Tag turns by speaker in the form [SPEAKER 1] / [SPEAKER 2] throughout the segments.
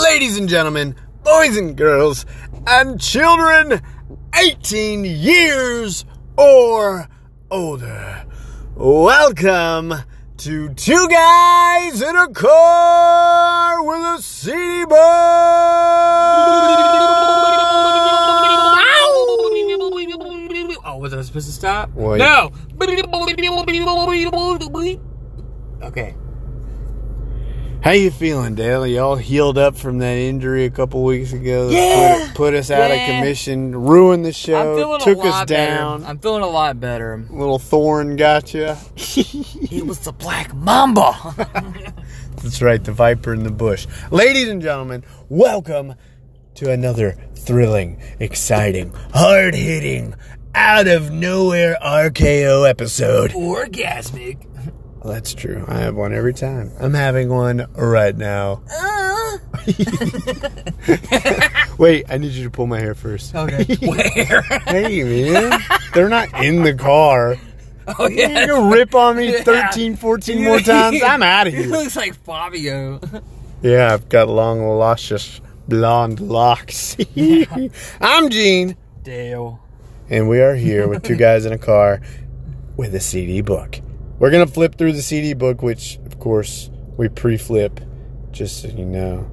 [SPEAKER 1] ladies and gentlemen, boys and girls, and children 18 years or older. Welcome to Two Guys in a Car with a CD Bomb!
[SPEAKER 2] Oh, was I supposed to stop?
[SPEAKER 1] Well,
[SPEAKER 2] no. Okay.
[SPEAKER 1] How you feeling, Dale? Y'all healed up from that injury a couple weeks ago that
[SPEAKER 2] Yeah.
[SPEAKER 1] put, put us out
[SPEAKER 2] Yeah.
[SPEAKER 1] of commission, ruined the show,
[SPEAKER 2] I'm feeling
[SPEAKER 1] took
[SPEAKER 2] a lot
[SPEAKER 1] us down.
[SPEAKER 2] Better. I'm feeling a lot better.
[SPEAKER 1] Little thorn got you.
[SPEAKER 2] He was the black mamba.
[SPEAKER 1] That's right, the viper in the bush. Ladies and gentlemen, welcome to another thrilling, exciting, hard hitting, out of nowhere RKO episode.
[SPEAKER 2] Orgasmic.
[SPEAKER 1] Well, that's true. I have one every time. I'm having one right now.
[SPEAKER 2] Uh.
[SPEAKER 1] Wait, I need you to pull my hair first.
[SPEAKER 2] Okay. Where?
[SPEAKER 1] Hey, man. They're not in the car.
[SPEAKER 2] Oh yeah.
[SPEAKER 1] You're going to rip on me
[SPEAKER 2] Yeah.
[SPEAKER 1] 13, 14 more times? I'm out of
[SPEAKER 2] He
[SPEAKER 1] here.
[SPEAKER 2] looks like Fabio.
[SPEAKER 1] Yeah, I've got long, luscious blonde locks. I'm Gene,
[SPEAKER 2] Dale.
[SPEAKER 1] and we are here with two guys in a car with a CD book. We're going to flip through the CD book, which, of course, we pre flip, just so you know.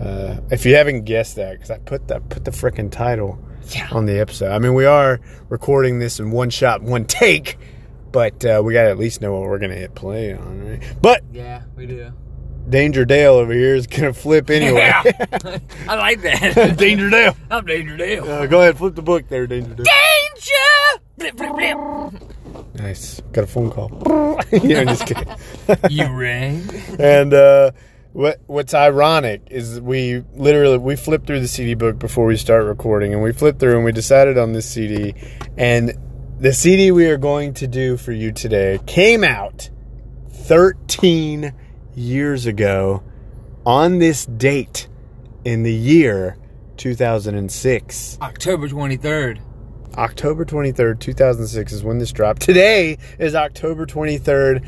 [SPEAKER 1] Uh, if you haven't guessed that, because I put the, put the frickin' title
[SPEAKER 2] Yeah.
[SPEAKER 1] on the episode. I mean, we are recording this in one shot, one take, but uh, we got to at least know what we're going to hit play on, right? But
[SPEAKER 2] Yeah, we do.
[SPEAKER 1] Danger Dale over here is going to flip anyway.
[SPEAKER 2] Yeah. I like that.
[SPEAKER 1] Danger Dale.
[SPEAKER 2] I'm Danger Dale.
[SPEAKER 1] Uh, go ahead, flip the book there, Danger Dale.
[SPEAKER 2] Danger. Blip, blip, blip.
[SPEAKER 1] Nice. Got a phone call. yeah, I'm just kidding.
[SPEAKER 2] You rang.
[SPEAKER 1] and uh, what what's ironic is we literally we flipped through the CD book before we start recording, and we flipped through and we decided on this CD, and the CD we are going to do for you today came out 13 years ago on this date in the year 2006.
[SPEAKER 2] October 23rd.
[SPEAKER 1] October 23rd, 2006 is when this dropped. Today is October 23rd,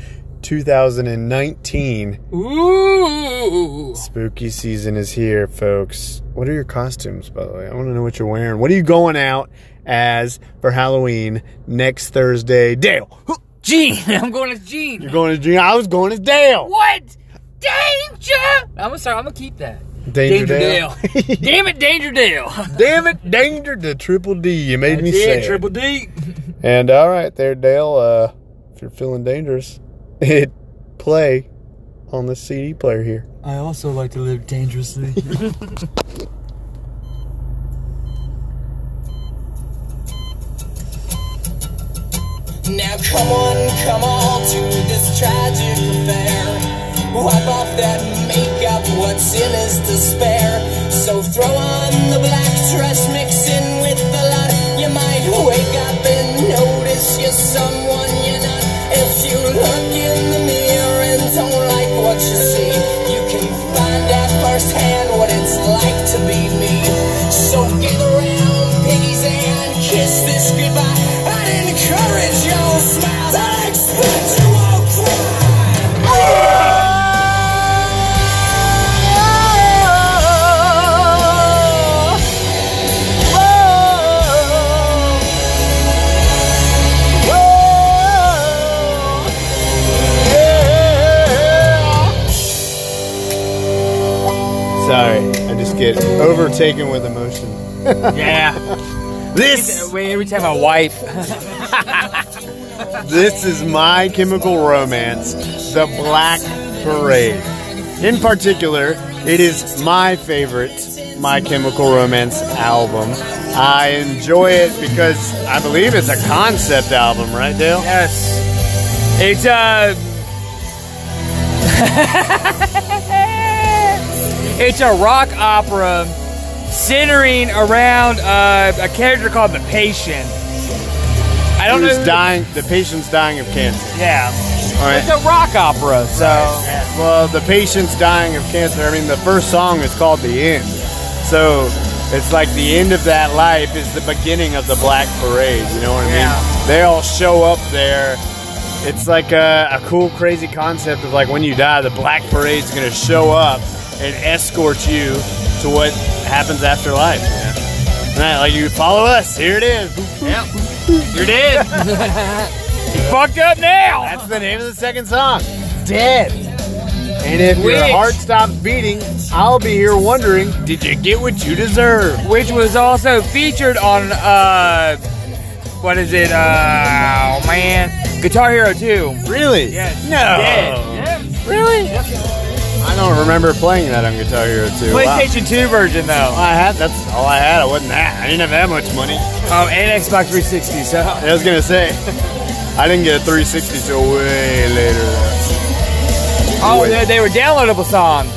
[SPEAKER 1] 2019.
[SPEAKER 2] Ooh.
[SPEAKER 1] Spooky season is here, folks. What are your costumes, by the way? I want to know what you're wearing. What are you going out as for Halloween next Thursday? Dale. Huh,
[SPEAKER 2] Gene. I'm going as Gene.
[SPEAKER 1] You're going to I was going as Dale.
[SPEAKER 2] What? Danger! I'm sorry, I'm gonna keep that.
[SPEAKER 1] Danger, Dale.
[SPEAKER 2] Damn it, Danger Dale.
[SPEAKER 1] Damn it, Danger to Triple D. You made me say it.
[SPEAKER 2] D.
[SPEAKER 1] And all right, there, Dale. Uh, if you're feeling dangerous, hit play on the CD player here.
[SPEAKER 2] I also like to live dangerously.
[SPEAKER 3] Now come on, come on to this tragic affair. Wipe off that makeup, what's in is despair. So throw on the black dress, mix in with the lot. You might wake up and notice you're someone you're not. If you look in the mirror and don't like what you see, you can find out firsthand what it's like to be me. So get around, piggies, and kiss this goodbye. I'd encourage your smiles. I expect you won't cry.
[SPEAKER 1] Sorry, I just get overtaken with emotion.
[SPEAKER 2] yeah.
[SPEAKER 1] This
[SPEAKER 2] Wait, every time I wipe.
[SPEAKER 1] this is my chemical romance, The Black Parade. In particular, it is my favorite My Chemical Romance album. I enjoy it because I believe it's a concept album, right, Dale?
[SPEAKER 2] Yes. It's uh, a. it's a rock opera centering around uh, a character called the patient. I don't
[SPEAKER 1] Who's
[SPEAKER 2] know. who-
[SPEAKER 1] dying? The patient's dying of cancer.
[SPEAKER 2] yeah.
[SPEAKER 1] All right.
[SPEAKER 2] It's a rock opera, so.
[SPEAKER 1] Well, the patient's dying of cancer. I mean, the first song is called The End. So it's like the end of that life is the beginning of the Black Parade. You know what I
[SPEAKER 2] Yeah.
[SPEAKER 1] mean? They all show up there. It's like a, a cool, crazy concept of like when you die, the Black Parade's going to show up and escort you to what happens after life. And I, like you follow us. Here it is.
[SPEAKER 2] Yep. You're dead. you fucked up now.
[SPEAKER 1] That's the name of the second song. Dead. And if
[SPEAKER 2] Which-
[SPEAKER 1] your heart stops beating, I'll be here wondering, did you get what you deserve?
[SPEAKER 2] Which was also featured on uh, what is it? Uh, oh man, Guitar Hero 2.
[SPEAKER 1] Really?
[SPEAKER 2] Yes.
[SPEAKER 1] No.
[SPEAKER 2] Dead. Yep.
[SPEAKER 1] Really? I don't remember playing that on Guitar Hero 2. Wow.
[SPEAKER 2] PlayStation 2 version though.
[SPEAKER 1] All I had that's all I had. I wasn't that. I didn't have that much money.
[SPEAKER 2] Um, and Xbox 360. So
[SPEAKER 1] I was gonna say, I didn't get a 360 till way later.
[SPEAKER 2] oh, they, they were downloadable songs.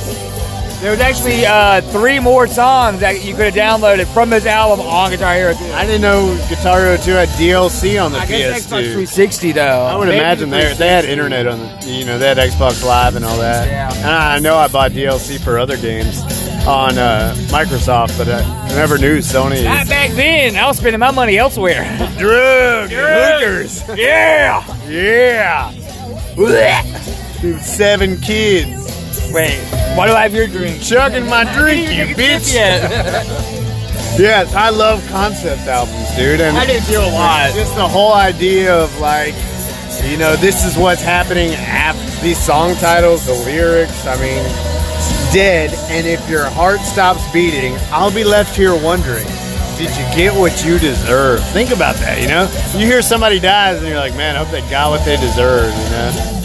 [SPEAKER 2] There was actually uh, three more songs that you could have downloaded from this album on Guitar Hero 2.
[SPEAKER 1] I didn't know Guitar Hero 2 had DLC on the
[SPEAKER 2] I guess
[SPEAKER 1] PS2.
[SPEAKER 2] Xbox 360 though.
[SPEAKER 1] I would
[SPEAKER 2] Maybe
[SPEAKER 1] imagine
[SPEAKER 2] the
[SPEAKER 1] they they had internet on the you know they had Xbox Live and all that.
[SPEAKER 2] Yeah.
[SPEAKER 1] And I know I bought DLC for other games on uh, Microsoft, but I never knew Sony.
[SPEAKER 2] Not back then. I was spending my money elsewhere.
[SPEAKER 1] Drug
[SPEAKER 2] Hookers. yeah.
[SPEAKER 1] Yeah. Dude, seven kids
[SPEAKER 2] Wait. Why do I have your drink?
[SPEAKER 1] chugging my drink,
[SPEAKER 2] Didn't
[SPEAKER 1] you
[SPEAKER 2] even get a sip
[SPEAKER 1] bitch.
[SPEAKER 2] yet.
[SPEAKER 1] Yes, I love concept albums, dude. And
[SPEAKER 2] I do too a lot.
[SPEAKER 1] Just the whole idea of like, you know, this is what's happening after these song titles, the lyrics. I mean, dead, and if your heart stops beating, I'll be left here wondering. Did you get what you deserve? Think about that, you know? You hear somebody dies and you're like, man, I hope they got what they deserve, you know?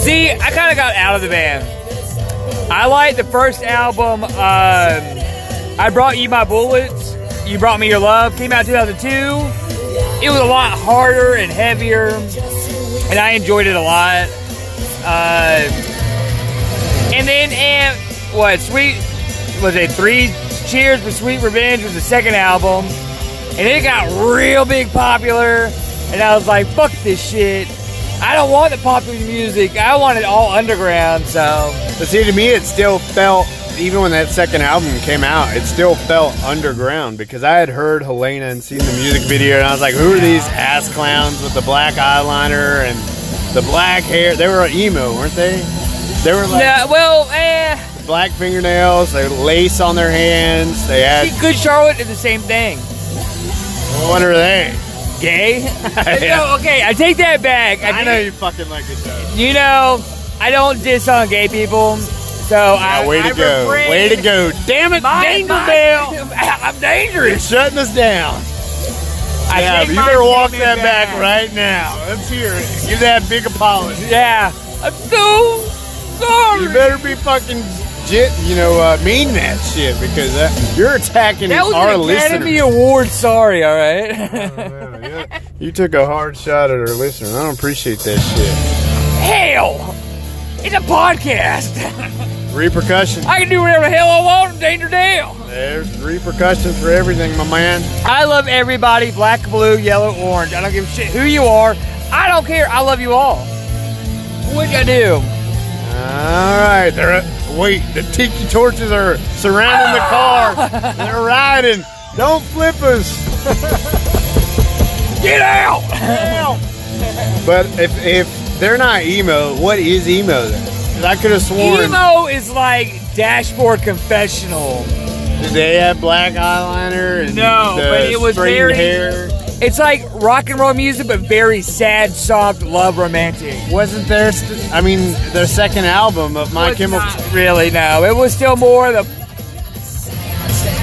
[SPEAKER 2] See, I kind of got out of the band. I liked the first album. Um, I brought you my bullets. You brought me your love. Came out in 2002. It was a lot harder and heavier, and I enjoyed it a lot. Uh, and then, and what sweet was it? Three cheers for sweet revenge was the second album, and it got real big popular. And I was like, fuck this shit. I don't want the popular music. I want it all underground. So
[SPEAKER 1] But see, to me, it still felt, even when that second album came out, it still felt underground because I had heard Helena and seen the music video, and I was like, who are these ass clowns with the black eyeliner and the black hair? They were emo, weren't they? They were like
[SPEAKER 2] yeah, well, eh,
[SPEAKER 1] black fingernails, they had lace on their hands, they had,
[SPEAKER 2] see, Good Charlotte did the same thing.
[SPEAKER 1] what are they?
[SPEAKER 2] Gay?
[SPEAKER 1] Yeah.
[SPEAKER 2] no, okay, I take that back.
[SPEAKER 1] I
[SPEAKER 2] think-
[SPEAKER 1] know you fucking like it though.
[SPEAKER 2] You know, I don't diss on gay people. So I
[SPEAKER 1] Yeah, way to
[SPEAKER 2] I
[SPEAKER 1] go.
[SPEAKER 2] refrain-
[SPEAKER 1] Way to go. Damn it,
[SPEAKER 2] My-
[SPEAKER 1] Danger
[SPEAKER 2] my-
[SPEAKER 1] Bell.
[SPEAKER 2] I'm dangerous.
[SPEAKER 1] You're shutting us down.
[SPEAKER 2] I
[SPEAKER 1] yeah,
[SPEAKER 2] take
[SPEAKER 1] you
[SPEAKER 2] my
[SPEAKER 1] better walk
[SPEAKER 2] statement
[SPEAKER 1] that back right now. Let's hear it. Give that big apology.
[SPEAKER 2] Yeah, I'm so
[SPEAKER 1] You
[SPEAKER 2] sorry.
[SPEAKER 1] better be fucking, jit, you know, uh, mean that shit because that, you're attacking
[SPEAKER 2] That was
[SPEAKER 1] our
[SPEAKER 2] an Academy
[SPEAKER 1] listeners.
[SPEAKER 2] Award. Sorry, all right.
[SPEAKER 1] You took a hard shot at our listeners. I don't appreciate that shit.
[SPEAKER 2] Hell, it's a podcast.
[SPEAKER 1] Repercussions.
[SPEAKER 2] I can do whatever the hell I want. Danger Dale.
[SPEAKER 1] There's repercussions for everything, my man.
[SPEAKER 2] I love everybody, black, blue, yellow, orange. I don't give a shit who you are. I don't care. I love you all. What I do?
[SPEAKER 1] All right, they're uh, wait. The tiki torches are surrounding the car. They're riding. Don't flip us.
[SPEAKER 2] Get out!
[SPEAKER 1] But if if they're not emo, what is emo then? 'Cause I could have sworn.
[SPEAKER 2] Emo is like dashboard confessional.
[SPEAKER 1] Did they have black eyeliner? And
[SPEAKER 2] No,
[SPEAKER 1] the
[SPEAKER 2] but it was
[SPEAKER 1] straightened
[SPEAKER 2] very-
[SPEAKER 1] Hair?
[SPEAKER 2] It's like rock and roll music, but very sad, soft, love, romantic.
[SPEAKER 1] Wasn't their? St- I mean, their second album of My
[SPEAKER 2] Was
[SPEAKER 1] Chemical.
[SPEAKER 2] not really, no. It was still more the.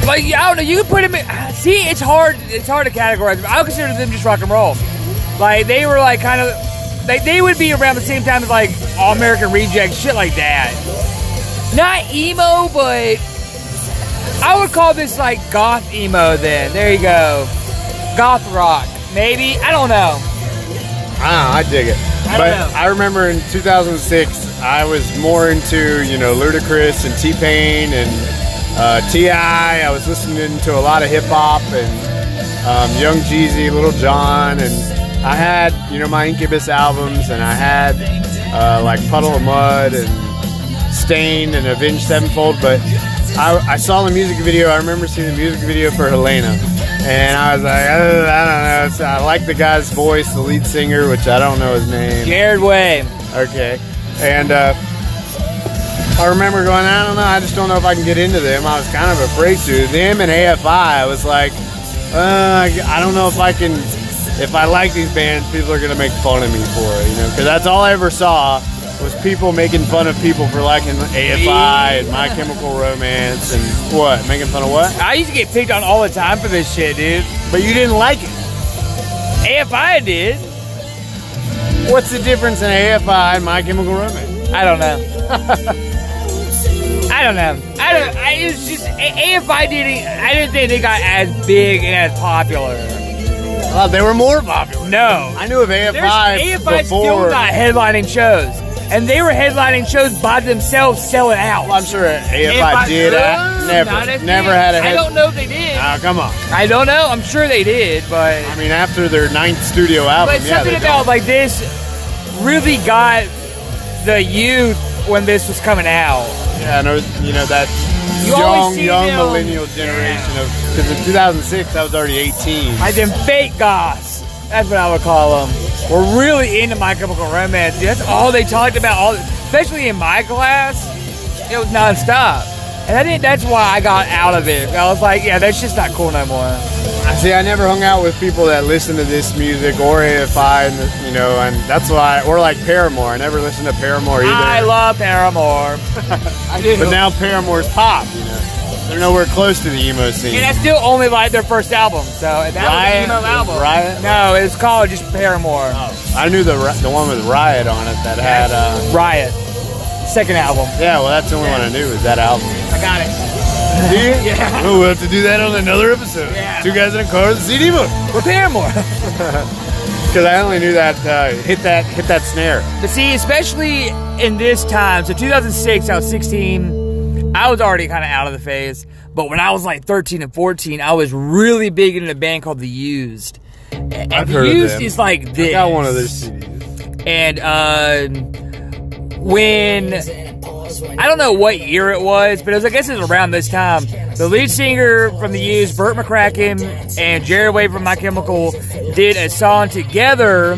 [SPEAKER 2] Like I don't know, you could put them in. See, it's hard. It's hard to categorize. Them. I would consider them just rock and roll. Like they were like kind of, like they would be around the same time as like All American Reject shit like that. Not emo, but I would call this like goth emo. Then there you go, goth rock. Maybe I don't know.
[SPEAKER 1] Ah, I dig it.
[SPEAKER 2] I don't
[SPEAKER 1] but
[SPEAKER 2] know.
[SPEAKER 1] I remember in 2006, I was more into you know Ludacris and T Pain and uh, Ti. I was listening to a lot of hip hop and um, Young Jeezy, Little John, and I had you know my Incubus albums, and I had uh, like Puddle of Mud and Stained and Avenged Sevenfold, but I, I saw the music video. I remember seeing the music video for Helena, and I was like, "Uh, I don't know. It's, I like the guy's voice, the lead singer, which I don't know his name.
[SPEAKER 2] Jared Way.
[SPEAKER 1] Okay, and uh, I remember going, I don't know, I just don't know if I can get into them. I was kind of afraid to. Them and AFI, I was like, uh, I don't know if I can, if I like these bands, people are going to make fun of me for it, you know, because that's all I ever saw was people making fun of people for liking AFI and My Chemical Romance and what? Making fun of what?
[SPEAKER 2] I used to get picked on all the time for this shit, dude.
[SPEAKER 1] But you didn't like it.
[SPEAKER 2] AFI did.
[SPEAKER 1] What's the difference in AFI and My Chemical Romance?
[SPEAKER 2] I don't know. I don't know. I don't. I, it was just A- AFI didn't. I didn't think they got as big and as popular.
[SPEAKER 1] Uh, they were more popular.
[SPEAKER 2] No,
[SPEAKER 1] I knew of
[SPEAKER 2] There's
[SPEAKER 1] AFI
[SPEAKER 2] AFI still
[SPEAKER 1] before.
[SPEAKER 2] not headlining shows, and they were headlining shows by themselves, selling out.
[SPEAKER 1] Well, I'm sure AFI did. I
[SPEAKER 2] No, not as
[SPEAKER 1] never, never
[SPEAKER 2] big.
[SPEAKER 1] had a
[SPEAKER 2] I
[SPEAKER 1] head.
[SPEAKER 2] don't know if they did.
[SPEAKER 1] Ah, come on.
[SPEAKER 2] I don't know. I'm sure they did, but
[SPEAKER 1] I mean, after their ninth studio album,
[SPEAKER 2] but
[SPEAKER 1] yeah,
[SPEAKER 2] something
[SPEAKER 1] they
[SPEAKER 2] about like this really got the youth when this was coming out.
[SPEAKER 1] don't. yeah, no, you know that
[SPEAKER 2] You
[SPEAKER 1] young,
[SPEAKER 2] always see
[SPEAKER 1] young
[SPEAKER 2] them-
[SPEAKER 1] millennial generation of because in 2006 I was already 18.
[SPEAKER 2] Like them fake goths. That's what I would call them. We're really into My Chemical Romance. That's all they talked about. All, especially in my class, it was nonstop. And I think that's why I got out of it. I was like, yeah, that's just not cool no more.
[SPEAKER 1] See, I never hung out with people that listen to this music or AFI, and the- you know, and that's why, or like Paramore. I never listened to Paramore either.
[SPEAKER 2] I love Paramore,
[SPEAKER 1] I did, but now Paramore's pop. You know, they're nowhere close to the emo scene.
[SPEAKER 2] and I still only like their first album. So that
[SPEAKER 1] Riot?
[SPEAKER 2] was an emo album.
[SPEAKER 1] Riot?
[SPEAKER 2] No, it's called just Paramore.
[SPEAKER 1] I knew the ri- the one with Riot on it that had. Uh,
[SPEAKER 2] Riot, second album.
[SPEAKER 1] Yeah, well, that's the only one I knew was that album.
[SPEAKER 2] I got it.
[SPEAKER 1] Do you?
[SPEAKER 2] Yeah.
[SPEAKER 1] Well, we'll have to do that on another episode.
[SPEAKER 2] Yeah.
[SPEAKER 1] Two guys in a car with a CD book.
[SPEAKER 2] With Paramore.
[SPEAKER 1] Because I only knew that uh, hit that hit that snare.
[SPEAKER 2] But see, especially in this time, so 2006, I was 16. I was already kind of out of the phase. But when I was like 13 and 14, I was really big into a band called The Used. And
[SPEAKER 1] I've
[SPEAKER 2] The
[SPEAKER 1] heard of
[SPEAKER 2] Used
[SPEAKER 1] them.
[SPEAKER 2] is like
[SPEAKER 1] I
[SPEAKER 2] this.
[SPEAKER 1] got one of their CDs.
[SPEAKER 2] And uh, when I don't know what year it was, but it was I guess it was around this time. The lead singer from the Used, Burt McCracken, and Jared Wade from My Chemical did a song together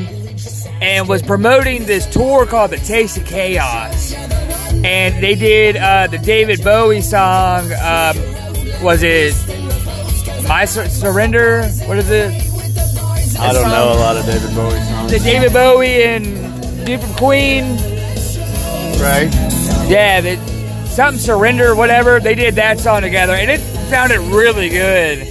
[SPEAKER 2] and was promoting this tour called The Taste of Chaos. And they did uh, the David Bowie song. Um, was it My Sur- Surrender? What is it?
[SPEAKER 1] I don't know a lot of David Bowie songs.
[SPEAKER 2] The David Bowie and dude from Queen.
[SPEAKER 1] Right?
[SPEAKER 2] Yeah, that something surrender, whatever. They did that song together, and it sounded really good.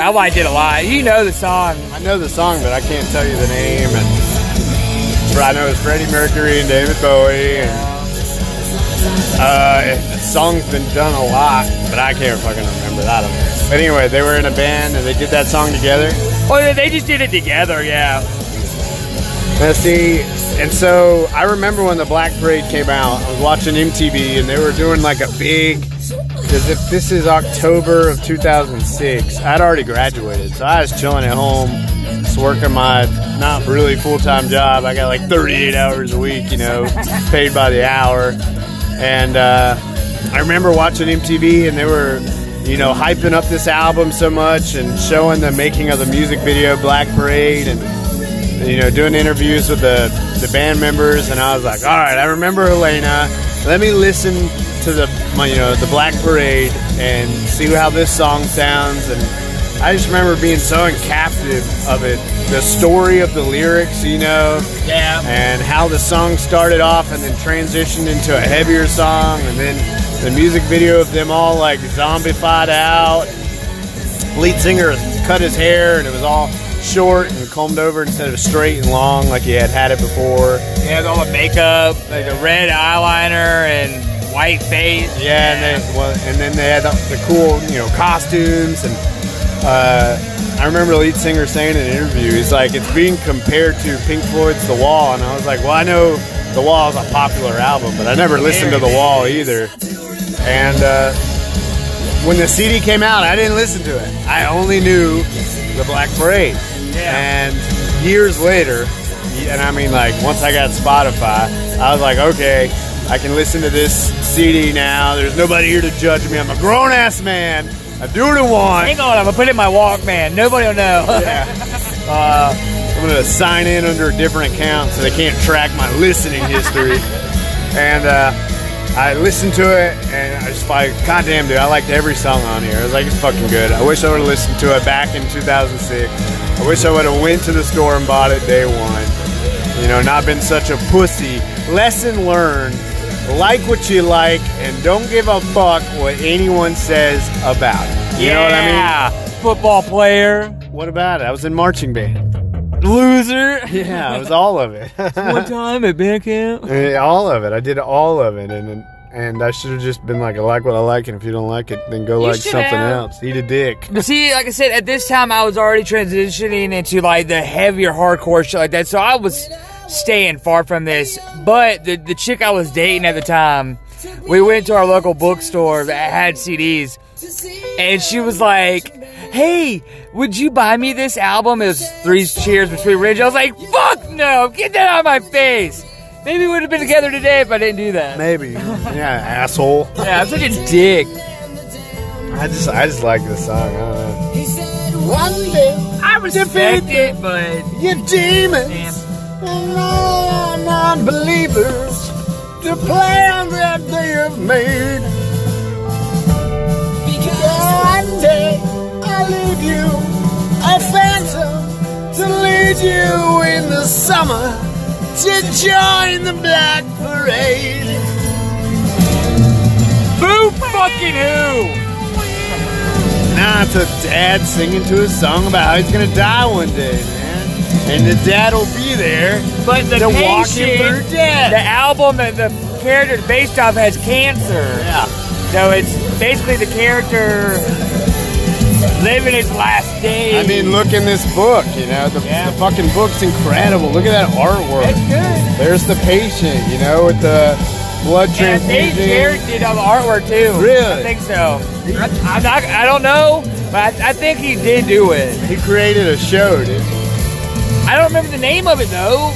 [SPEAKER 2] I liked it a lot. You know the song.
[SPEAKER 1] I know the song, but I can't tell you the name. And but I know it's Freddie Mercury and David Bowie. And uh, it- the song's been done a lot, but I can't fucking remember that. Of it. But anyway, they were in a band and they did that song together.
[SPEAKER 2] Oh, yeah, they just did it together. Yeah,
[SPEAKER 1] Now see, and so I remember when the Black Parade came out, I was watching MTV and they were doing like a big, because if this is October of 2006, I'd already graduated, so I was chilling at home, just working my not really full time job. I got like 38 hours a week, you know, paid by the hour. And uh, I remember watching MTV and they were, you know, hyping up this album so much and showing the making of the music video, Black Parade, and you know, doing interviews with the, the band members, and I was like, all right, I remember Elena. Let me listen to the my, you know the Black Parade and see how this song sounds. And I just remember being so captive of it, the story of the lyrics, you know,
[SPEAKER 2] yeah.
[SPEAKER 1] and how the song started off and then transitioned into a heavier song and then the music video of them all like zombified out lead singer cut his hair and it was all short and combed over instead of straight and long like he had had it before
[SPEAKER 2] They had all the makeup, like the red eyeliner and white face.
[SPEAKER 1] Yeah, and then well, and then they had the, the cool, you know, costumes and uh, I remember the lead singer saying in an interview, he's like, it's being compared to Pink Floyd's The Wall, and I was like, well, I know The Wall is a popular album, but I never listened to The Wall either. And uh, when the CD came out, I didn't listen to it. I only knew the Black Parade.
[SPEAKER 2] Yeah.
[SPEAKER 1] And years later, and I mean like once I got Spotify, I was like, okay, I can listen to this CD now. There's nobody here to judge me. I'm a grown ass man. I do what I want.
[SPEAKER 2] Hang on, I'm gonna put it in my Walkman. Nobody will know.
[SPEAKER 1] Yeah. Uh, I'm gonna sign in under a different account so they can't track my listening history. and uh, I listened to it and I was just like, God damn, dude, I liked every song on here. I was like, it's fucking good. I wish I would have listened to it back in 2006. I wish I would have went to the store and bought it day one. You know, not been such a pussy. Lesson learned. Like what you like and don't give a fuck what anyone says about it. You know what I
[SPEAKER 2] yeah. Football player.
[SPEAKER 1] mean? What about it? I was in marching band.
[SPEAKER 2] Loser.
[SPEAKER 1] Yeah, it was all of it.
[SPEAKER 2] One time at band camp.
[SPEAKER 1] Yeah, all of it. I did all of it, and and I should have just been like, I like what I like, and if you don't like it, then go
[SPEAKER 2] You
[SPEAKER 1] like
[SPEAKER 2] should
[SPEAKER 1] something
[SPEAKER 2] have.
[SPEAKER 1] else. Eat a dick.
[SPEAKER 2] But see, like I said, at this time I was already transitioning into like the heavier hardcore shit like that, so I was staying far from this. But the the chick I was dating at the time, we went to our local bookstore that had CDs, and she was like, "Hey, would you buy me this album?" It was Three Cheers for Sweet Ridge. I was like, "Fuck no! Get that out of my face!" Maybe we would have been together today if I didn't do that.
[SPEAKER 1] Maybe. yeah, asshole.
[SPEAKER 2] Yeah, I'm such a dick.
[SPEAKER 1] I just I just like this song. I don't know.
[SPEAKER 3] One day.
[SPEAKER 2] I respect it, but
[SPEAKER 1] You demons
[SPEAKER 2] damn.
[SPEAKER 1] and all non-believers, the plan that they have made. One day I leave you a phantom to lead you in the summer to join the black parade.
[SPEAKER 2] Boo fucking who?
[SPEAKER 1] Nah, it's a dad singing to his song about how he's gonna die one day, man. And the dad will be there
[SPEAKER 2] But the
[SPEAKER 1] to walk him
[SPEAKER 2] patient,
[SPEAKER 1] through death.
[SPEAKER 2] the album that the character is based off has cancer.
[SPEAKER 1] yeah.
[SPEAKER 2] So it's basically the character living his last days.
[SPEAKER 1] I mean, look in this book, you know. The,
[SPEAKER 2] Yeah.
[SPEAKER 1] the fucking book's incredible. Look at that artwork.
[SPEAKER 2] that's good.
[SPEAKER 1] There's the patient, you know, with the blood
[SPEAKER 2] And I think Jared
[SPEAKER 1] transfusion.
[SPEAKER 2] did all the artwork too.
[SPEAKER 1] Really?
[SPEAKER 2] I think so. I, I'm not, I don't know, but I, I think he did do it.
[SPEAKER 1] He created a show, dude.
[SPEAKER 2] I don't remember the name of it though.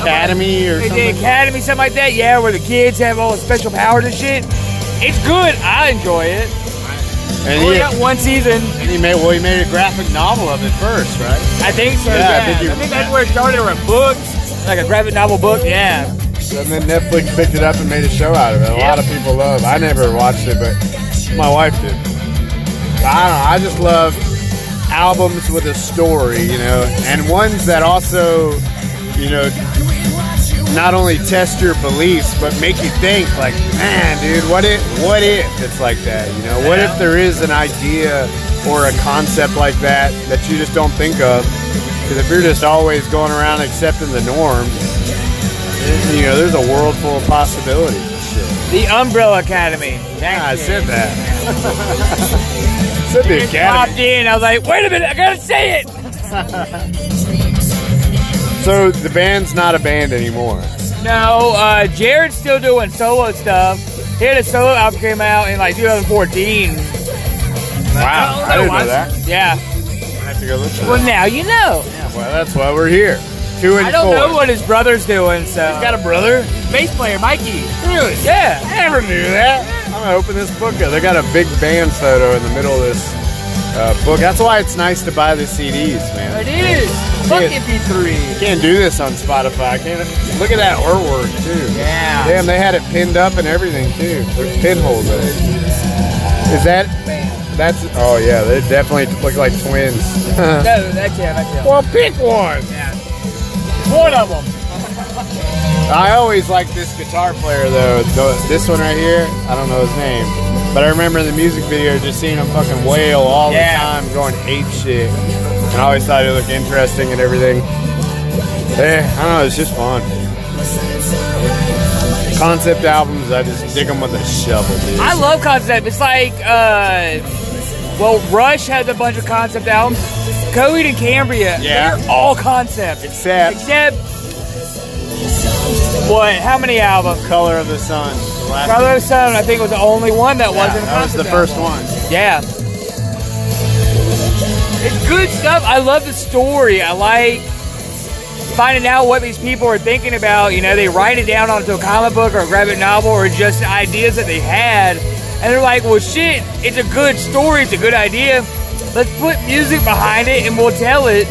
[SPEAKER 1] Academy or
[SPEAKER 2] They
[SPEAKER 1] something.
[SPEAKER 2] did Academy, something like that. Yeah, where the kids have all the special powers and shit. It's good. I enjoy it.
[SPEAKER 1] And
[SPEAKER 2] Only
[SPEAKER 1] he,
[SPEAKER 2] got one season.
[SPEAKER 1] and he made well, he made a graphic novel of it first, right?
[SPEAKER 2] I think so.
[SPEAKER 1] Yeah, I
[SPEAKER 2] Yeah,
[SPEAKER 1] think
[SPEAKER 2] I,
[SPEAKER 1] you-
[SPEAKER 2] think that's where it started with books, like a graphic novel book. Yeah,
[SPEAKER 1] And then Netflix picked it up and made a show out of it. A
[SPEAKER 2] Yeah.
[SPEAKER 1] lot of people love. I never watched it, but my wife did. I don't know. I just love albums with a story, you know, and ones that also, you know, not only test your beliefs but make you think. Like, man, dude, what if? What if it's like that? You know, what if there is an idea or a concept like that that you just don't think of? Because if you're just always going around accepting the norm, you know, there's a world full of possibilities. and shit.
[SPEAKER 2] the Umbrella Academy.
[SPEAKER 1] Yeah,
[SPEAKER 2] Ah,
[SPEAKER 1] I said that. said the
[SPEAKER 2] It popped
[SPEAKER 1] academy.
[SPEAKER 2] in. I was like, wait a minute, I gotta say it.
[SPEAKER 1] So the band's not a band anymore.
[SPEAKER 2] No, uh, Jared's still doing solo stuff. He had a solo album came out in like 2014.
[SPEAKER 1] Wow, I didn't know that.
[SPEAKER 2] Yeah.
[SPEAKER 1] I have to go look for
[SPEAKER 2] Well,
[SPEAKER 1] that.
[SPEAKER 2] now you know.
[SPEAKER 1] Well, that's why we're here. Two and
[SPEAKER 2] I don't
[SPEAKER 1] four.
[SPEAKER 2] know what his brother's doing. So
[SPEAKER 1] Got a brother?
[SPEAKER 2] bass player, Mikey.
[SPEAKER 1] Really?
[SPEAKER 2] Yeah.
[SPEAKER 1] Never knew that. I'm gonna open this book up. They got a big band photo in the middle of this uh, book. That's why it's nice to buy the CDs, man.
[SPEAKER 2] It is. Fuck
[SPEAKER 1] Yeah.
[SPEAKER 2] MP3.
[SPEAKER 1] Can't do this on Spotify. Can't look at that artwork too.
[SPEAKER 2] Yeah.
[SPEAKER 1] Damn, they had it pinned up and everything too. With pinholes in it. Is that? That's. Oh yeah, they definitely look like twins.
[SPEAKER 2] No, that's yeah, that's yeah.
[SPEAKER 1] well, pick one.
[SPEAKER 2] One of them.
[SPEAKER 1] I always like this guitar player though. The- This one right here, I don't know his name, but I remember in the music video just seeing him fucking wail all
[SPEAKER 2] Yeah.
[SPEAKER 1] the time, going ape shit. And I always thought it looked interesting and everything. Yeah, I don't know. It's just fun. Concept albums, I just dig them with a shovel, dude.
[SPEAKER 2] I love concept. It's like, uh, well, Rush has a bunch of concept albums. Coheed and Cambria,
[SPEAKER 1] Yeah.
[SPEAKER 2] they're all concept.
[SPEAKER 1] Except-
[SPEAKER 2] except what? How many albums?
[SPEAKER 1] Color of the Sun. The last
[SPEAKER 2] Brother of Sun, I think was the only one that
[SPEAKER 1] Yeah,
[SPEAKER 2] wasn't. a
[SPEAKER 1] that was the
[SPEAKER 2] concept
[SPEAKER 1] first
[SPEAKER 2] album.
[SPEAKER 1] one.
[SPEAKER 2] Yeah. It's good stuff. I love the story. I like finding out what these people are thinking about. You know, they write it down onto a comic book or a graphic novel or just ideas that they had. And they're like, well, shit, it's a good story. It's a good idea. Let's put music behind it and we'll tell it.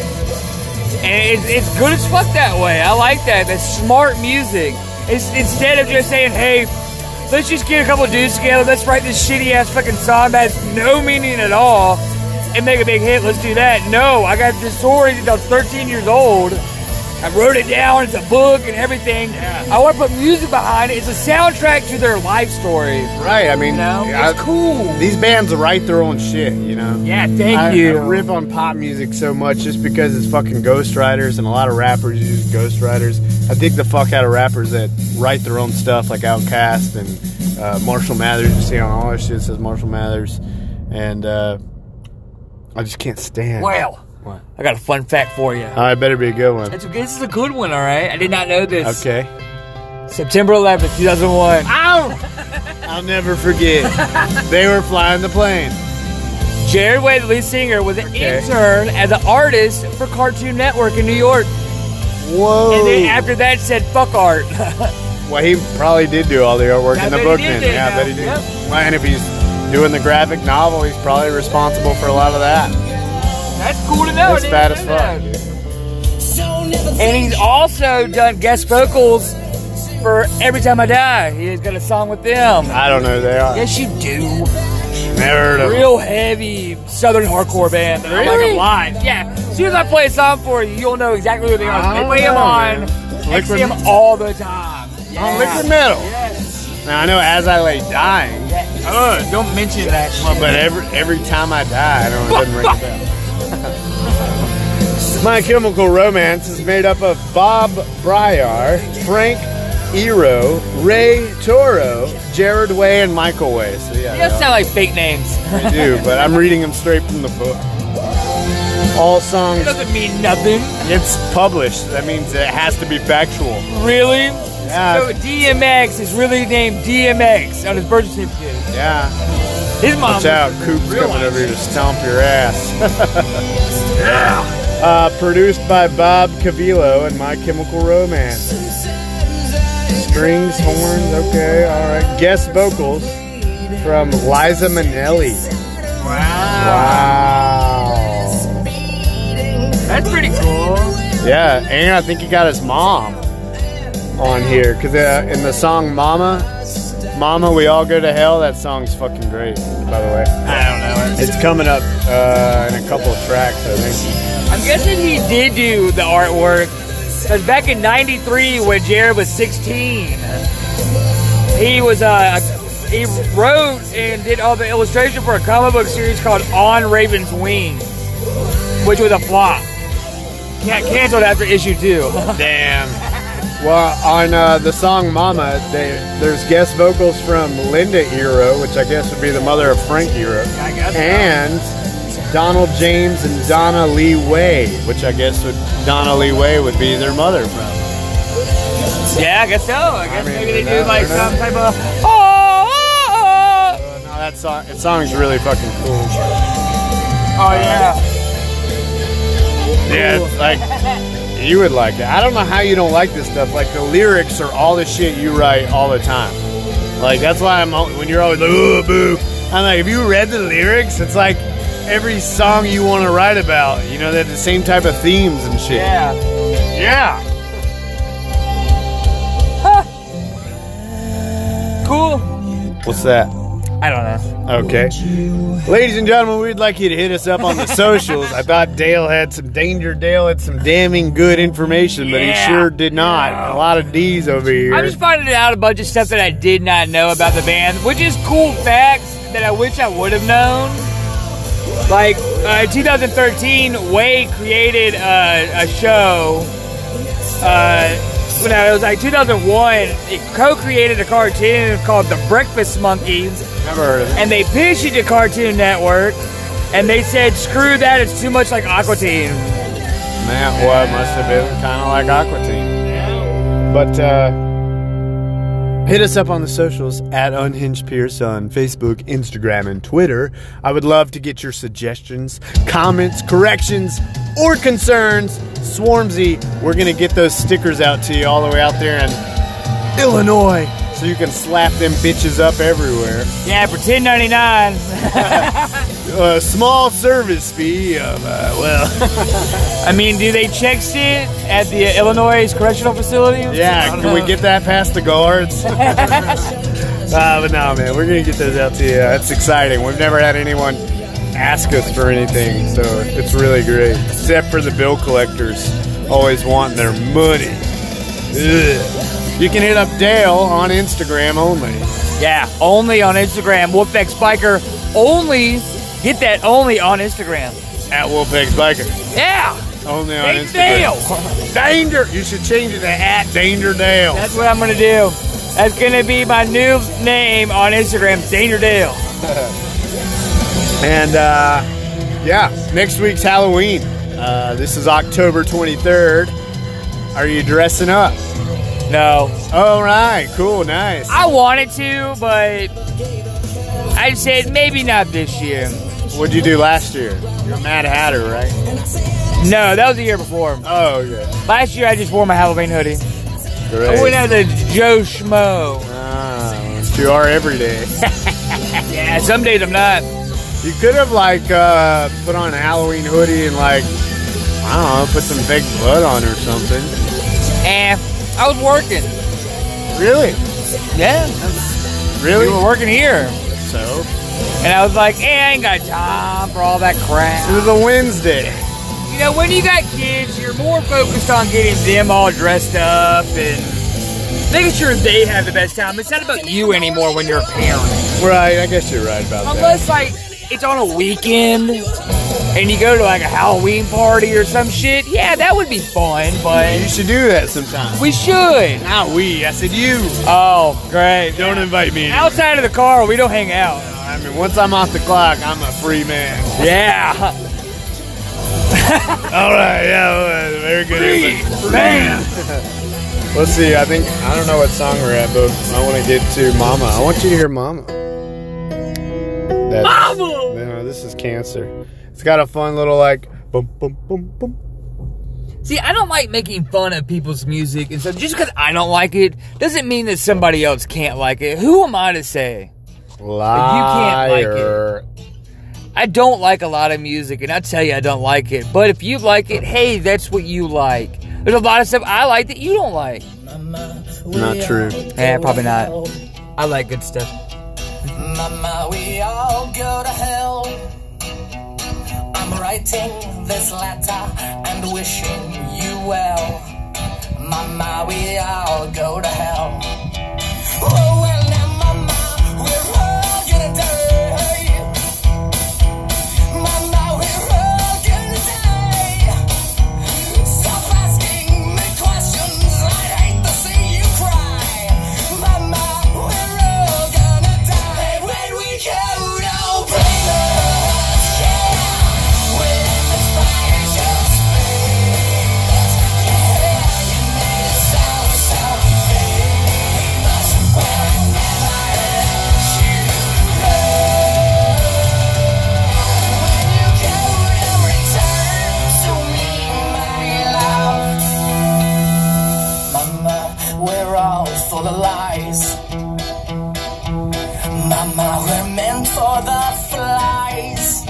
[SPEAKER 2] And it's, it's good as fuck that way. I like that. That's smart music. It's, instead of just saying, hey, let's just get a couple dudes together. Let's write this shitty ass fucking song that has no meaning at all and make a big hit. Let's do that. No, I got this story since I was 13 years old. I wrote it down. It's a book and everything. I want to put music behind it. It's a soundtrack to their life story.
[SPEAKER 1] Right. I mean,
[SPEAKER 2] You know,
[SPEAKER 1] I-
[SPEAKER 2] it's cool.
[SPEAKER 1] These bands write their own shit. You know.
[SPEAKER 2] Yeah, thank
[SPEAKER 1] I,
[SPEAKER 2] you.
[SPEAKER 1] I rip on pop music so much just because it's fucking ghostwriters and a lot of rappers use ghostwriters. I dig the fuck out of rappers that write their own stuff like Outkast and uh, Marshall Mathers. You see on all their shit it says Marshall Mathers, and uh, I just can't stand.
[SPEAKER 2] Well,
[SPEAKER 1] What?
[SPEAKER 2] I got a fun fact for you.
[SPEAKER 1] All right, better be a good one.
[SPEAKER 2] It's- this is a good one, all right? I did not know this.
[SPEAKER 1] Okay.
[SPEAKER 2] September 11th, 2001.
[SPEAKER 1] I'll never forget. they were flying the plane.
[SPEAKER 2] Jared Way, the lead singer, was an
[SPEAKER 1] Okay.
[SPEAKER 2] intern as an artist for Cartoon Network in New York.
[SPEAKER 1] Whoa.
[SPEAKER 2] And then after that, said fuck art.
[SPEAKER 1] Well, he probably did do all the artwork
[SPEAKER 2] I
[SPEAKER 1] in the
[SPEAKER 2] bet he
[SPEAKER 1] book
[SPEAKER 2] did
[SPEAKER 1] then.
[SPEAKER 2] do it
[SPEAKER 1] Yeah, I
[SPEAKER 2] now.
[SPEAKER 1] bet he did.
[SPEAKER 2] Yep.
[SPEAKER 1] Well, and if he's doing the graphic novel, he's probably responsible for a lot of that.
[SPEAKER 2] That's cool to know. I
[SPEAKER 1] That's
[SPEAKER 2] didn't
[SPEAKER 1] bad
[SPEAKER 2] know
[SPEAKER 1] as
[SPEAKER 2] that.
[SPEAKER 1] fuck. dude.
[SPEAKER 2] And he's also done guest vocals for Every Time I Die. He's got a song with them.
[SPEAKER 1] I don't know who they are.
[SPEAKER 2] Yes, you do.
[SPEAKER 1] Never heard of them.
[SPEAKER 2] Real heavy southern hardcore band. that I
[SPEAKER 1] Really?
[SPEAKER 2] Like a lot. Yeah. As soon as I play a song for you, you'll know exactly who they are.
[SPEAKER 1] I
[SPEAKER 2] They
[SPEAKER 1] don't
[SPEAKER 2] play them
[SPEAKER 1] know,
[SPEAKER 2] on
[SPEAKER 1] man. Liquid-
[SPEAKER 2] XM all the time.
[SPEAKER 1] On
[SPEAKER 2] Yeah.
[SPEAKER 1] Liquid Metal. Now I know As I Lay Dying,
[SPEAKER 2] Ugh, don't mention that. shit.
[SPEAKER 1] but every every time I die, I don't it doesn't ring a bell. My Chemical Romance is made up of Bob Briar, Frank Ero, Ray Toro, Jared Way, and Michael Way. So yeah,
[SPEAKER 2] They don't
[SPEAKER 1] they're
[SPEAKER 2] sound like fake names.
[SPEAKER 1] I do, but I'm reading them straight from the book. All songs.
[SPEAKER 2] It doesn't mean nothing,
[SPEAKER 1] It's published. That means it has to be factual.
[SPEAKER 2] really. So
[SPEAKER 1] Yeah.
[SPEAKER 2] DMX is really named DMX on his birth certificate.
[SPEAKER 1] Yeah.
[SPEAKER 2] His mom.
[SPEAKER 1] Watch out, Coop's coming over here to stomp your ass. uh, produced by Bob Cavillo and My Chemical Romance. Strings, horns, okay, alright. Guest vocals from Liza Minnelli.
[SPEAKER 2] Wow.
[SPEAKER 1] Wow.
[SPEAKER 2] That's pretty cool.
[SPEAKER 1] Yeah, and I think he got his mom on here because uh, in the song "Mama," "Mama, We All Go to Hell," that song's fucking great. By the way,
[SPEAKER 2] I don't know.
[SPEAKER 1] it's coming up uh, in a couple of tracks, I think.
[SPEAKER 2] I'm guessing he did do the artwork. Because back in 93, when Jared was 16, he was uh, he wrote and did all the illustration for a comic book series called On Raven's Wing, which was a flop. Got canceled after issue two.
[SPEAKER 1] Damn. Well, on uh, the song "Mama," they, there's guest vocals from Linda Ero, which I guess would be the mother of Frank Ero,
[SPEAKER 2] I guess so.
[SPEAKER 1] and Donald James and Donna Lee Way, which I guess would Donna Lee Way would be their mother from.
[SPEAKER 2] yeah, I guess so. I guess
[SPEAKER 1] mean,
[SPEAKER 2] maybe they
[SPEAKER 1] no,
[SPEAKER 2] do like
[SPEAKER 1] no.
[SPEAKER 2] some type of oh, oh, oh.
[SPEAKER 1] No, that song, that song's really fucking cool.
[SPEAKER 2] Oh, yeah.
[SPEAKER 1] Yeah, it's like you would like it. I don't know how you don't like this stuff. Like the lyrics are all the shit you write all the time. Like that's why I'm al- when you're always like oh boo. I'm like if you read the lyrics, it's like every song you want to write about. You know, they're the same type of themes and shit.
[SPEAKER 2] Yeah.
[SPEAKER 1] Yeah.
[SPEAKER 2] Cool.
[SPEAKER 1] What's that?
[SPEAKER 2] I don't know.
[SPEAKER 1] Okay. Ladies and gentlemen, we'd like you to hit us up on the socials. I thought Dale had some danger. Dale had some damning good information, but
[SPEAKER 2] Yeah.
[SPEAKER 1] he sure did not. A lot of D's over here.
[SPEAKER 2] I'm just finding out a bunch of stuff that I did not know about the band, which is cool facts that I wish I would have known. Like, uh, in 2013, Way created uh, a show. Uh, well, no, it was like 2001. It co-created a cartoon called The Breakfast Monkeys,
[SPEAKER 1] Never heard of it.
[SPEAKER 2] and they pitched it to Cartoon Network, and they said, "Screw that! It's too much like Aqua Teen."
[SPEAKER 1] Man, well, it must have been kind of like Aquatine. But uh, hit us up on the socials at Unhinged Pierce on Facebook, Instagram, and Twitter. I would love to get your suggestions, comments, corrections, or concerns. Swarmsy, we're going to get those stickers out to you all the way out there in Illinois so you can slap them bitches up everywhere.
[SPEAKER 2] Yeah, for 10.99.
[SPEAKER 1] A Uh, small service fee of, uh, well.
[SPEAKER 2] I mean, do they check it at the Illinois Correctional Facility?
[SPEAKER 1] Yeah, can we get that past the guards? Uh, but no, man, we're gonna get those out to you. That's exciting. We've never had anyone ask us for anything, so it's really great. Except for the bill collectors, always wanting their money. Ugh. You can hit up Dale on Instagram only.
[SPEAKER 2] Yeah, only on Instagram. Wolfpack Spiker. Only get that only on Instagram.
[SPEAKER 1] At Wolfpack's Biker.
[SPEAKER 2] Yeah,
[SPEAKER 1] Only on
[SPEAKER 2] they
[SPEAKER 1] Instagram.
[SPEAKER 2] fail.
[SPEAKER 1] Danger! You should change it to at Danger Dale.
[SPEAKER 2] That's what I'm gonna do. That's gonna be my new name on Instagram, Danger Dale.
[SPEAKER 1] And uh, yeah, next week's Halloween. Uh, this is October 23rd. Are you dressing up?
[SPEAKER 2] No,
[SPEAKER 1] All right, cool, nice.
[SPEAKER 2] I wanted to, but I said maybe not this year.
[SPEAKER 1] What'd you do last year? You're a Mad Hatter, right?
[SPEAKER 2] No, that was the year before.
[SPEAKER 1] Oh, yeah.
[SPEAKER 2] Last year I just wore my Halloween hoodie. I went
[SPEAKER 1] Great.
[SPEAKER 2] out to Joe Schmo.
[SPEAKER 1] Ah, you are every day.
[SPEAKER 2] Yeah, some days I'm not.
[SPEAKER 1] You could have like uh, put on a Halloween hoodie and like I don't know, put some fake blood on or something.
[SPEAKER 2] Eh, I was working.
[SPEAKER 1] Really?
[SPEAKER 2] Yeah, we were
[SPEAKER 1] Really?
[SPEAKER 2] working here.
[SPEAKER 1] So
[SPEAKER 2] And I was like, eh, I ain't got time for all that
[SPEAKER 1] it
[SPEAKER 2] crap.
[SPEAKER 1] was a Wednesday.
[SPEAKER 2] You know, when you got kids, you're more focused on getting them all dressed up and making sure they have the best time. It's not about you anymore when you're a parent.
[SPEAKER 1] Right? I guess you're right about that.
[SPEAKER 2] Unless, like, it's on a weekend and you go to, like, a Halloween party or some shit. Yeah, that would be fun,
[SPEAKER 1] You
[SPEAKER 2] but
[SPEAKER 1] should do that sometime.
[SPEAKER 2] we should.
[SPEAKER 1] Not we. I said you.
[SPEAKER 2] Oh, great.
[SPEAKER 1] Don't invite me.
[SPEAKER 2] Outside of the car, we don't hang out.
[SPEAKER 1] I mean, once I'm off the clock, I'm a free man.
[SPEAKER 2] Yeah.
[SPEAKER 1] All right, yeah, well, very good.
[SPEAKER 2] Man.
[SPEAKER 4] Let's see. I think I don't know what song we're at, but I want to get to "Mama." I want you to hear "Mama." That's,
[SPEAKER 2] Mama!
[SPEAKER 4] No, this is cancer. It's got a fun little like boom, boom, boom, boom.
[SPEAKER 2] See, I don't like making fun of people's music, and so just because I don't like it doesn't mean that somebody else can't like it. Who am I to say?
[SPEAKER 4] Liar.
[SPEAKER 2] like it. I don't like a lot of music, and I tell you I don't like it. But if you like it, hey, that's what you like. There's a lot of stuff I like that you don't like.
[SPEAKER 4] Not true.
[SPEAKER 2] Yeah, probably not. I like good stuff.
[SPEAKER 3] Mama, we all go to hell. I'm writing this letter and wishing you well. Mama, we all go to hell. Oh, well, now, Mama, we're all gonna die. Mama, we're all gonna die. Stop asking me questions. I hate to see you cry. Mama, we're all gonna die when we go to Plymouth. Yeah, we'll let the fire just blaze. Yeah, you made it sound so famous. Well, I never let you go. When you go to return to me, my love. Mama, we're all full of lies. Mama, we're meant for the flies.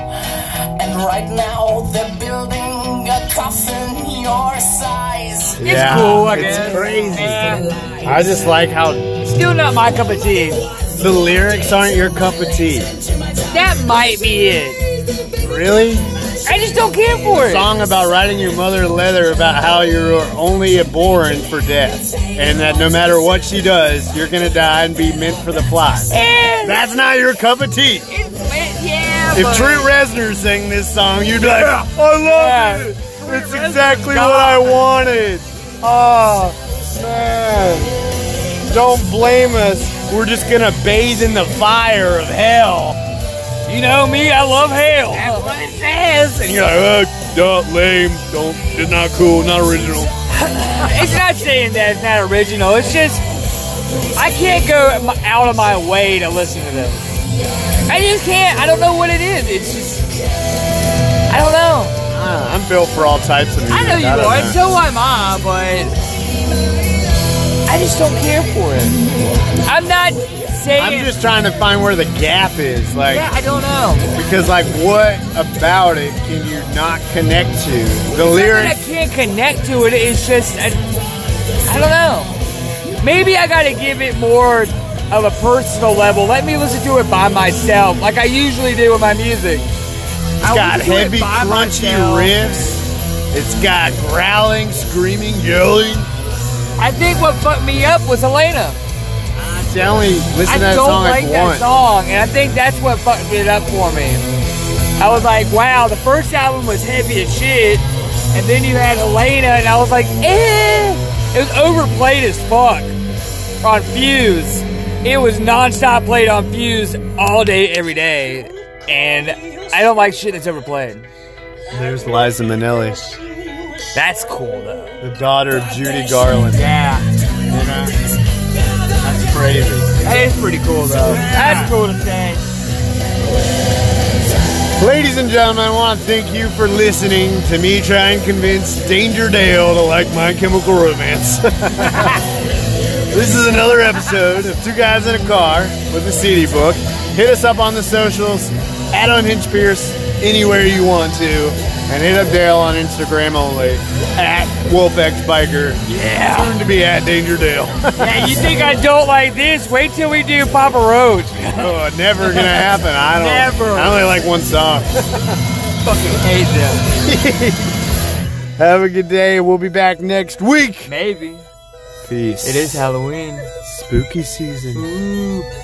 [SPEAKER 3] And right now they're building a coffin your size.
[SPEAKER 2] It's cool, I
[SPEAKER 1] it's
[SPEAKER 2] guess.
[SPEAKER 1] crazy.
[SPEAKER 2] Yeah.
[SPEAKER 1] I just like how
[SPEAKER 2] Still not my cup of tea.
[SPEAKER 1] the lyrics aren't your cup of tea.
[SPEAKER 2] That might be it.
[SPEAKER 1] Really?
[SPEAKER 2] I just don't care for it.
[SPEAKER 1] Song about writing your mother a letter about how you're only a born for death, and that no matter what she does, you're gonna die and be meant for the plot.
[SPEAKER 2] Eh,
[SPEAKER 1] That's not your cup of tea.
[SPEAKER 2] eh, yeah,
[SPEAKER 1] If
[SPEAKER 2] but-
[SPEAKER 1] Trent Reznor sang this song, you'd be like, "I love
[SPEAKER 2] Yeah.
[SPEAKER 1] it. It's exactly what I wanted." Oh man! Don't blame us. We're just gonna bathe in the fire of hell.
[SPEAKER 2] You know me, I love hell. That's what it says.
[SPEAKER 1] And you're like, "Ugh, duh, lame. Don't. It's not cool. Not original."
[SPEAKER 2] It's not saying that it's not original. It's just I can't go m- out of my way to listen to them. I just can't. I don't know what it is. It's just I don't know.
[SPEAKER 1] Ah, I'm built for all types of music.
[SPEAKER 2] I know you
[SPEAKER 1] don't
[SPEAKER 2] are.
[SPEAKER 1] know.
[SPEAKER 2] and So am I. But I just don't care for it. I'm not saying.
[SPEAKER 1] I'm just trying to find where the gap is, like,
[SPEAKER 2] yeah, I don't know.
[SPEAKER 1] because like, what about it can you not connect to? The
[SPEAKER 2] Something I
[SPEAKER 1] lyrics.
[SPEAKER 2] can't connect to it. It's just I, I don't know. Maybe I gotta give it more of a personal level. Let me listen to it by myself, like I usually do with my music.
[SPEAKER 1] It's got
[SPEAKER 2] listen to it
[SPEAKER 1] heavy,
[SPEAKER 2] by
[SPEAKER 1] crunchy
[SPEAKER 2] myself.
[SPEAKER 1] riffs. It's got growling, screaming, yelling.
[SPEAKER 2] I think what fucked me up was Helena.
[SPEAKER 1] See, I only listen
[SPEAKER 2] I
[SPEAKER 1] to that
[SPEAKER 2] don't
[SPEAKER 1] song
[SPEAKER 2] like
[SPEAKER 1] like
[SPEAKER 2] that
[SPEAKER 1] once.
[SPEAKER 2] song, and I think that's what fucked it up for me. I was like, wow, the first album was heavy as shit, and then you had Helena, and I was like, eh. It was overplayed as fuck on Fuse. It was nonstop played on Fuse all day, every day, and I don't like shit that's overplayed.
[SPEAKER 1] There's Liza Minnelli,
[SPEAKER 2] That's cool though.
[SPEAKER 1] the daughter of Judy Garland.
[SPEAKER 2] Yeah,
[SPEAKER 1] You know? That's crazy.
[SPEAKER 2] that is pretty cool though. That's cool to say.
[SPEAKER 1] Ladies and gentlemen, I want to thank you for listening to me try and convince Danger Dale to like My Chemical Romance. this is another episode of Two Guys in a Car with a CD book. Hit us up on the socials, at Unhinged Pierce, anywhere you want to, and hit up Dale on Instagram only, at WolfXBiker,
[SPEAKER 2] Yeah.
[SPEAKER 1] soon to be at Danger Dale.
[SPEAKER 2] Yeah, you think I don't like this? Wait till we do Papa Roach.
[SPEAKER 1] oh, never gonna happen. I don't.
[SPEAKER 2] Never.
[SPEAKER 1] I only like one song.
[SPEAKER 2] fucking hate them.
[SPEAKER 1] Have a good day. We'll be back next week.
[SPEAKER 2] Maybe.
[SPEAKER 1] Peace.
[SPEAKER 2] It is Halloween.
[SPEAKER 1] spooky season.
[SPEAKER 2] Ooh,